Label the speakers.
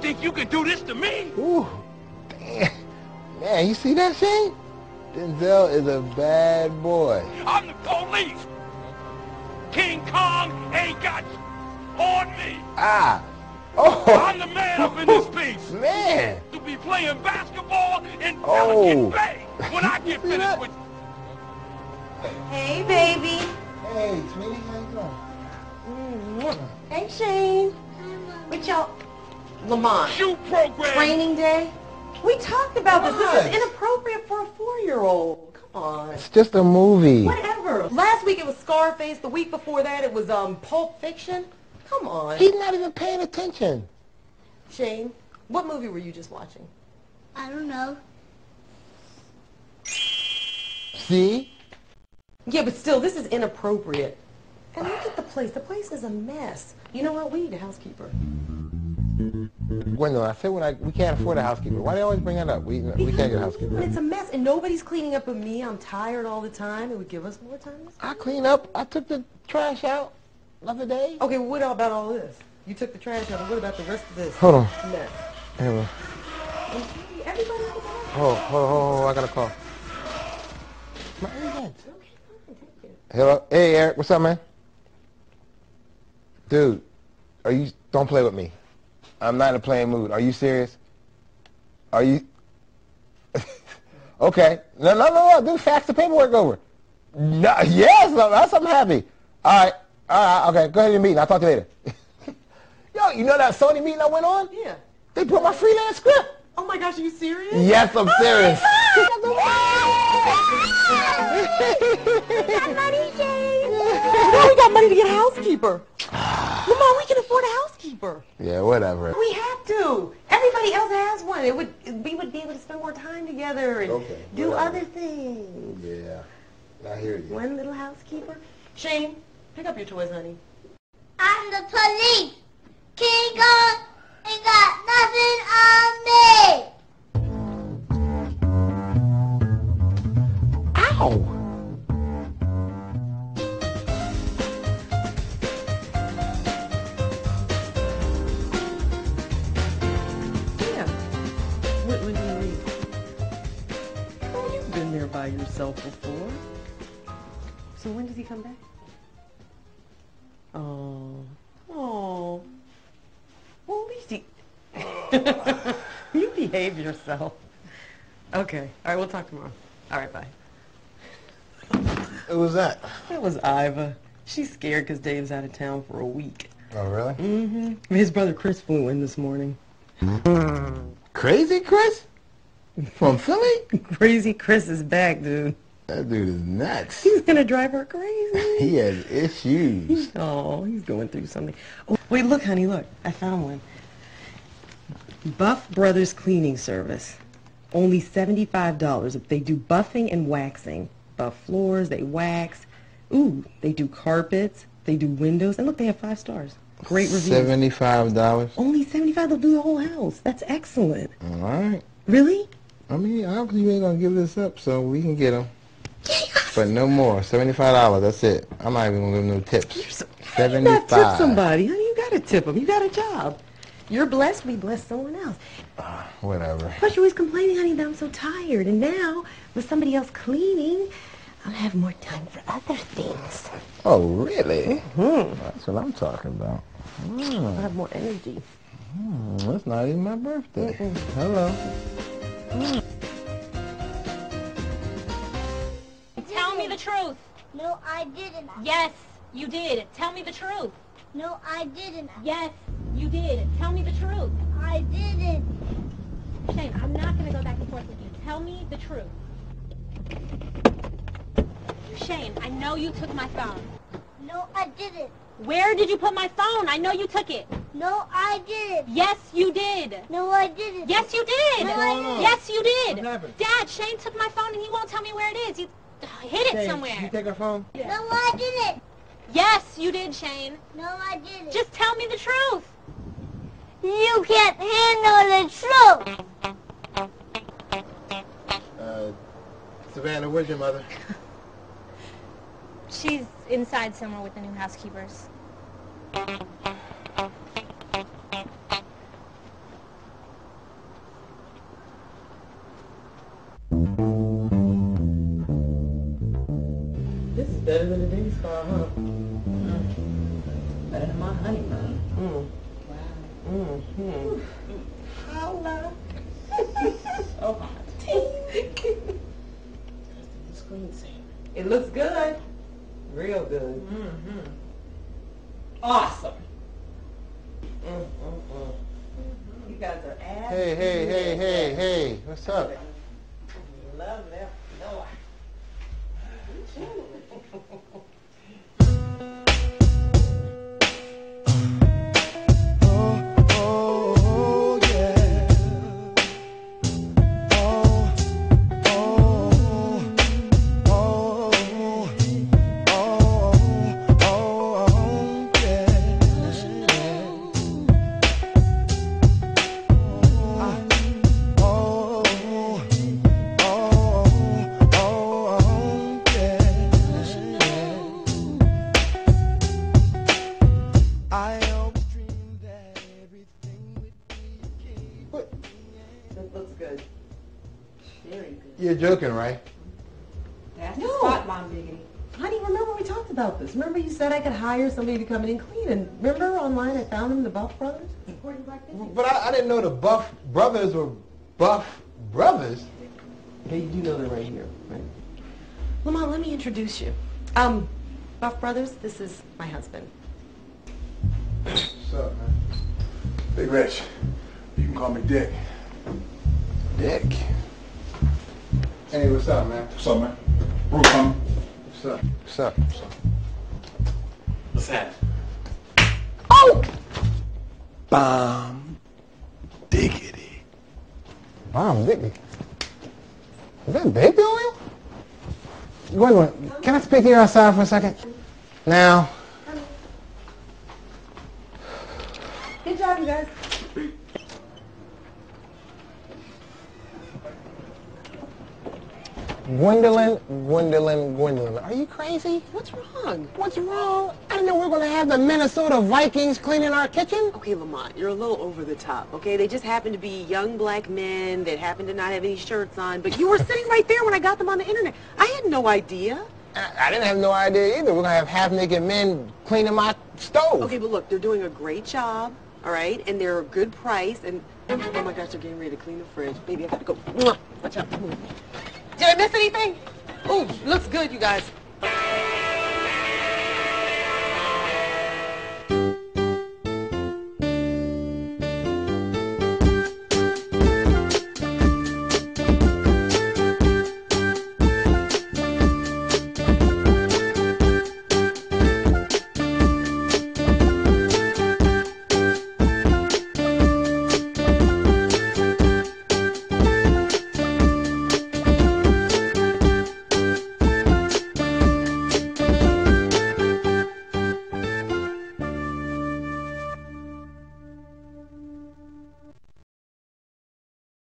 Speaker 1: think you can do this to me?
Speaker 2: Ooh, damn. Man, you see that shit? Denzel is a bad boy.
Speaker 1: I'm the police. King Kong ain't got on me.
Speaker 2: Ah. Oh,
Speaker 1: I'm the man up in this piece.
Speaker 2: man.
Speaker 1: To be playing basketball in
Speaker 2: Oh.
Speaker 1: Pelican Bay when I
Speaker 2: You
Speaker 1: get
Speaker 2: see that?
Speaker 1: finished with you.
Speaker 3: Hey, baby.
Speaker 2: Hey, sweetie, how you doing?
Speaker 3: Hey, Shane. What y'all? Lamont.
Speaker 1: shoot program.
Speaker 3: Training day. We talked about this. This
Speaker 2: What?
Speaker 3: is inappropriate for a four-year-old. Come on.
Speaker 2: It's just a movie.
Speaker 3: Whatever. Last week it was Scarface. The week before that it was um Pulp Fiction. Come on.
Speaker 2: He's not even paying attention.
Speaker 3: Shane, what movie were you just watching?
Speaker 4: I don't know.
Speaker 2: See?
Speaker 3: Yeah, but still, this is inappropriate. And look at the place. The place is a mess. You know what? We need a housekeeper.
Speaker 2: Gwendolyn, I said when I, we can't afford a housekeeper. Why do they always bring that up? We, we can't get a
Speaker 3: And
Speaker 2: housekeeper.
Speaker 3: it's a mess, and nobody's cleaning up but me. I'm tired all the time. It would give us more time.
Speaker 2: I clean up. I took the trash out the other day.
Speaker 3: Okay, well, what about all this? You took the trash out. and What about the rest of this?
Speaker 2: Hold on.
Speaker 3: Mess.
Speaker 2: Hey, well,
Speaker 3: And hey, everybody go back.
Speaker 2: hold, on, hold, on, hold, on, hold on, oh, I got a call. My earbuds.
Speaker 3: Okay, fine, take it.
Speaker 2: Hello. Hey, Eric. What's up, man? Dude, are you? Don't play with me. I'm not in a playing mood. Are you serious? Are you? okay. No, no, no, no. Dude, fax the paperwork over. No, yes, no, that's I'm happy. All right, all right, okay. Go ahead and meet. I'll talk to you later. Yo, you know that Sony meeting I went on?
Speaker 3: Yeah.
Speaker 2: They put my freelance script.
Speaker 3: Oh my gosh, are you serious?
Speaker 2: Yes, I'm serious.
Speaker 3: Now we got money to get a housekeeper. Lamar, we can afford a housekeeper.
Speaker 2: yeah, whatever.
Speaker 3: We have to. Everybody else has one. It would we would be able to spend more time together and
Speaker 2: Okay,
Speaker 3: do
Speaker 2: whatever.
Speaker 3: other things.
Speaker 2: Yeah, I hear you.
Speaker 3: One little housekeeper. Shane, pick up your toys, honey.
Speaker 4: I'm the police. King Kong ain't got nothing on me.
Speaker 2: Ow.
Speaker 3: Yeah. What would you read? Oh, you've been there by yourself before. So when does he come back? Oh. Oh. Well, at least he... you behave yourself. Okay. All right, we'll talk tomorrow. All right, bye.
Speaker 2: Who was that?
Speaker 3: That was Iva. She's scared because Dave's out of town for a week.
Speaker 2: Oh, really?
Speaker 3: His brother Chris flew in this morning.
Speaker 2: Crazy Chris? From Philly?
Speaker 3: Crazy Chris is back, dude.
Speaker 2: That dude is nuts.
Speaker 3: He's going to drive her crazy.
Speaker 2: He has issues.
Speaker 3: Oh, he's going through something. Oh, wait, look, honey, look. I found one. Buff Brothers Cleaning Service. Only $75. They do buffing and waxing. Buff floors, they wax. Ooh, they do carpets, they do windows. And look, they have five stars. Great reviews.
Speaker 2: Seventy-five dollars.
Speaker 3: Only 75 they'll do the whole house. That's excellent.
Speaker 2: All right.
Speaker 3: Really?
Speaker 2: I mean, obviously you ain't gonna give this up, so we can get him. But no more. Seventy-five dollars. That's it. I'm not even gonna give him no
Speaker 3: You're
Speaker 2: tips.
Speaker 3: so- how do you not tip
Speaker 2: 75.
Speaker 3: somebody. Honey, you got to tip them. You got a job. You're blessed. We bless someone else.
Speaker 2: Whatever.
Speaker 3: But you're always complaining, honey, that I'm so tired. And now, with somebody else cleaning, I'll have more time for other things.
Speaker 2: Oh, really?
Speaker 3: Mm-hmm.
Speaker 2: That's what I'm talking about. Mm,
Speaker 3: I'll have more energy.
Speaker 2: that's not even my birthday. Hello.
Speaker 5: Tell me the truth.
Speaker 4: No, I didn't.
Speaker 5: Yes, you did. Tell me the truth.
Speaker 4: No, I didn't.
Speaker 5: Yes, you did. Tell me the truth.
Speaker 4: I didn't.
Speaker 5: Shane, I'm not going to go back and forth with you. Tell me the truth. Shane, I know you took my phone.
Speaker 4: No, I didn't.
Speaker 5: Where did you put my phone? I know you took it.
Speaker 4: No, I didn't.
Speaker 5: Yes, you did.
Speaker 4: No, I didn't.
Speaker 5: Yes, you did.
Speaker 4: No, I didn't.
Speaker 5: Yes, you did.
Speaker 2: What happened?
Speaker 5: Dad, Shane took my phone and he won't tell me where it is. He hid it somewhere.
Speaker 2: take our phone?
Speaker 4: No, I didn't.
Speaker 5: Yes, you did, Shane.
Speaker 4: No, I didn't.
Speaker 5: Just tell me the truth.
Speaker 4: you can't handle the truth.
Speaker 2: Uh, Savannah, where's your mother?
Speaker 5: She's inside somewhere with the new housekeepers.
Speaker 3: This is better than the Diddy Star, huh? Mm. Better than my honeymoon. Mm-hmm. Holla. oh, my teeth. It looks good. Real good. Mm-hmm. Awesome. Mm-hmm. You guys are ass.
Speaker 2: Hey, hey, hey, hey, hey. What's up?
Speaker 3: Love left Noah.
Speaker 2: What?
Speaker 3: This looks good. Very good.
Speaker 2: You're joking, right?
Speaker 3: That's no. spot, Mom Diggity. Honey, remember we talked about this. Remember you said I could hire somebody to come in and clean. And remember online I found them, the Buff Brothers? According to Black Business.
Speaker 2: But I, I didn't know the Buff brothers were Buff brothers.
Speaker 3: They do know they're right here, right? Lamont, let me introduce you. Um, Buff Brothers, this is my husband.
Speaker 1: What's up, man? Big Rich. You can call me Dick. Dick.
Speaker 2: Hey, what's up, man?
Speaker 1: What's up, man? Real coming.
Speaker 2: What's up? What's up?
Speaker 6: What's happening?
Speaker 1: Bomb. Diggity.
Speaker 2: Bomb Diggity. Is that baby oil? Wait a minute. Can I speak to you outside for a second? Now.
Speaker 3: Good job, you guys.
Speaker 2: Gwendolyn, Gwendolyn, Gwendolyn. Are you crazy?
Speaker 3: What's wrong?
Speaker 2: What's wrong? I didn't know we were going to have the Minnesota Vikings cleaning our kitchen.
Speaker 3: Okay, Lamont, you're a little over the top, okay? They just happen to be young black men that happen to not have any shirts on, but you were sitting right there when I got them on the internet. I had no idea.
Speaker 2: I, I didn't have no idea either. We're going to have half-naked men cleaning my stove.
Speaker 3: Okay, but look, they're doing a great job, all right? And they're a good price, and oh my gosh, they're getting ready to clean the fridge. Baby, I gotta go. Mwah. Watch out. Did I miss anything? Ooh, Oh, looks good, you guys.